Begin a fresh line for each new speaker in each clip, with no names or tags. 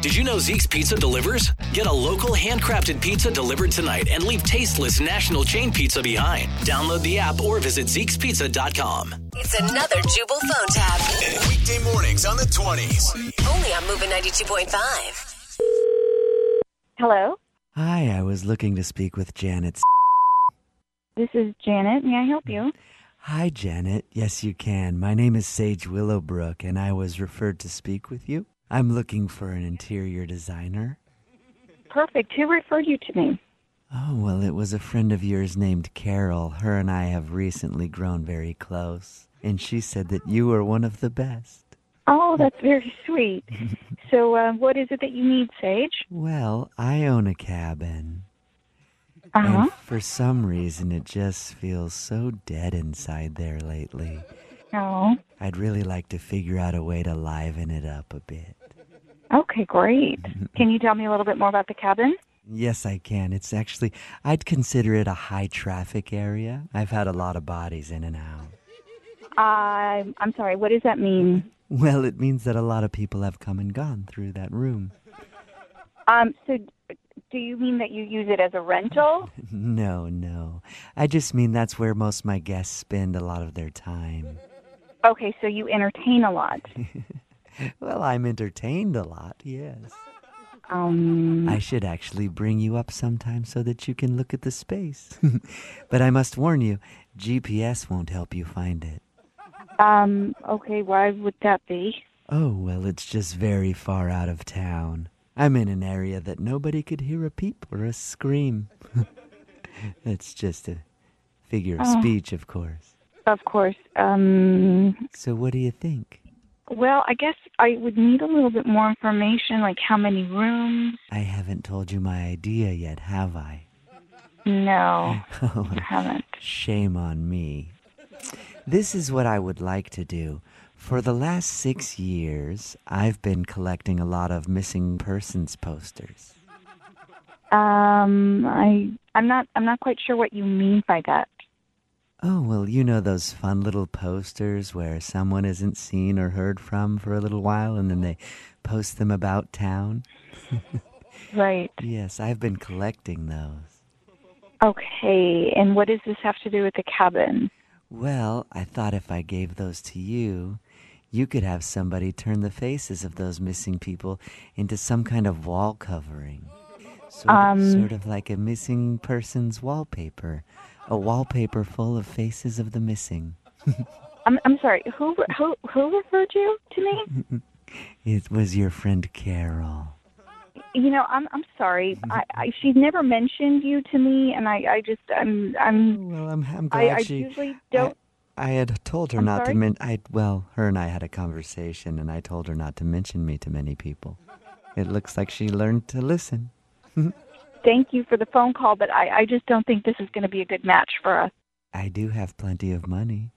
Did you know Zeke's Pizza delivers? Get a local handcrafted pizza delivered tonight and leave tasteless national chain pizza behind. Download the app or visit Zeke'sPizza.com.
It's another Jubal phone tab.
Weekday mornings on the 20s.
Only on Moving 92.5.
Hello,
Hi, I was looking to speak with Janet. S-
this is Janet. May I help you?
Hi, Janet. Yes, you can. My name is Sage Willowbrook, and I was referred to speak with you. I'm looking for an interior designer.
Perfect. Who referred you to me?
Oh, well, it was a friend of yours named Carol. Her and I have recently grown very close, and she said that you were one of the best.
Oh, that's very sweet. So, uh, what is it that you need, Sage?
Well, I own a cabin,
Uh huh.
and for some reason it just feels so dead inside there lately.
No.
I'd really like to figure out a way to liven it up a bit.
Okay, great. Can you tell me a little bit more about the cabin?
Yes, I can. It's actually, I'd consider it a high traffic area. I've had a lot of bodies in and out.
I'm I'm sorry. What does that mean?
Well, it means that a lot of people have come and gone through that room.
Um. So, do you mean that you use it as a rental?
No, no. I just mean that's where most my guests spend a lot of their time.
Okay. So you entertain a lot.
Well, I'm entertained a lot, yes.
Um.
I should actually bring you up sometime so that you can look at the space. but I must warn you, GPS won't help you find it.
Um. Okay. Why would that be?
Oh, well, it's just very far out of town. I'm in an area that nobody could hear a peep or a scream. That's just a figure of speech, of course.
Of course. Um.
So, what do you think?
Well, I guess I would need a little bit more information, like how many rooms.
I haven't told you my idea yet, have I? Oh,
No, I haven't.
Shame on me. This is what I would like to do. For the last six years, I've been collecting a lot of missing persons posters.
Um, I I'm not I'm not quite sure what you mean by that.
Oh, well, you know those fun little posters where someone isn't seen or heard from for a little while and then they post them about town?
Right.
Yes, I've been collecting those.
Okay. And what does this have to do with the cabin?
Well, I thought if I gave those to you, you could have somebody turn the faces of those missing people into some kind of wall covering. Sort, of, sort of like a missing person's wallpaper, a wallpaper full of faces of the missing.
I'm I'm sorry. Who who who referred you to me?
It was your friend Carol.
You know, I'm I'm sorry. I, I she's never mentioned you to me, and I I just I'm I'm
Well, I'm, I'm glad
I, I
she.
usually don't.
I, I had told her not
sorry?
to men. I well, her and I had a conversation, and I told her not to mention me to many people. It looks like she learned to listen.
Thank you for the phone call, but I I just don't think this is going to be a good match for us.
I do have plenty of money.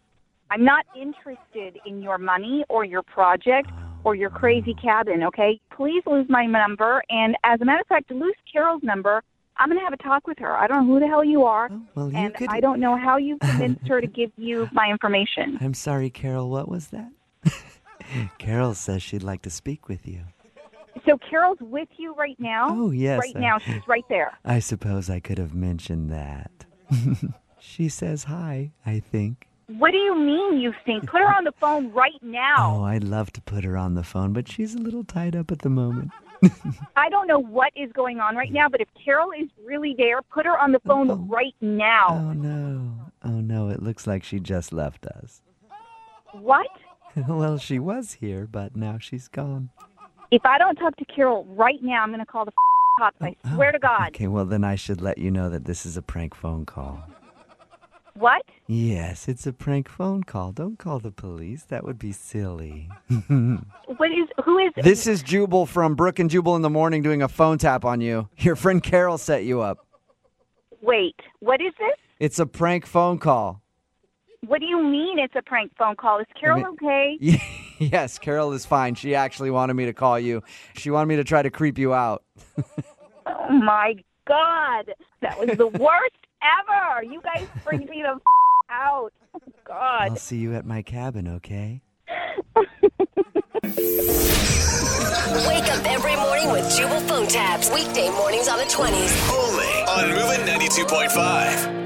I'm not interested in your money or your project or your crazy cabin, okay? Please lose my number. And as a matter of fact, lose Carol's number. I'm going to have a talk with her. I don't know who the hell you are.
Oh, well, you
and
could.
I don't know how you convinced her to give you my information.
I'm sorry, Carol. What was that? Carol says she'd like to speak with you.
So Carol's with you right now?
Oh, yes,
Right
I-
now. She's right there.
I suppose I could have mentioned that. she says hi. I think.
What do you mean, you think? Put her on the phone right now.
Oh, I'd love to put her on the phone, but she's a little tied up at the moment.
I don't know what is going on right now, but if Carol is really there, put her on the phone right now.
Oh no. Oh no, it looks like she just left us. Oh.
what?
well, she was here, but now she's gone.
If I don't talk to Carol right now, I'm going to call the f***ing cops. I swear to God.
Oh, Okay, well, then I should let you know that this is a prank phone call.
What?
Yes, it's a prank phone call. Don't call the police. That would be silly.
What is? Who is?
This is Jubal from Brook and Jubal in the morning doing a phone tap on you. Your friend Carol set you up.
Wait. What is this?
It's a prank phone call.
What do you mean? It's a prank phone call. Is Carol okay?
yes, Carol is fine. She actually wanted me to call you. She wanted me to try to creep you out.
Oh my God, that was the worst ever. You guys freaked me the f- out. Oh
I'll
God.
see you at my cabin, okay?
Wake up every morning morning with Jubal phone tabs. Weekday mornings on the 20s.
Only on Moving 92.5.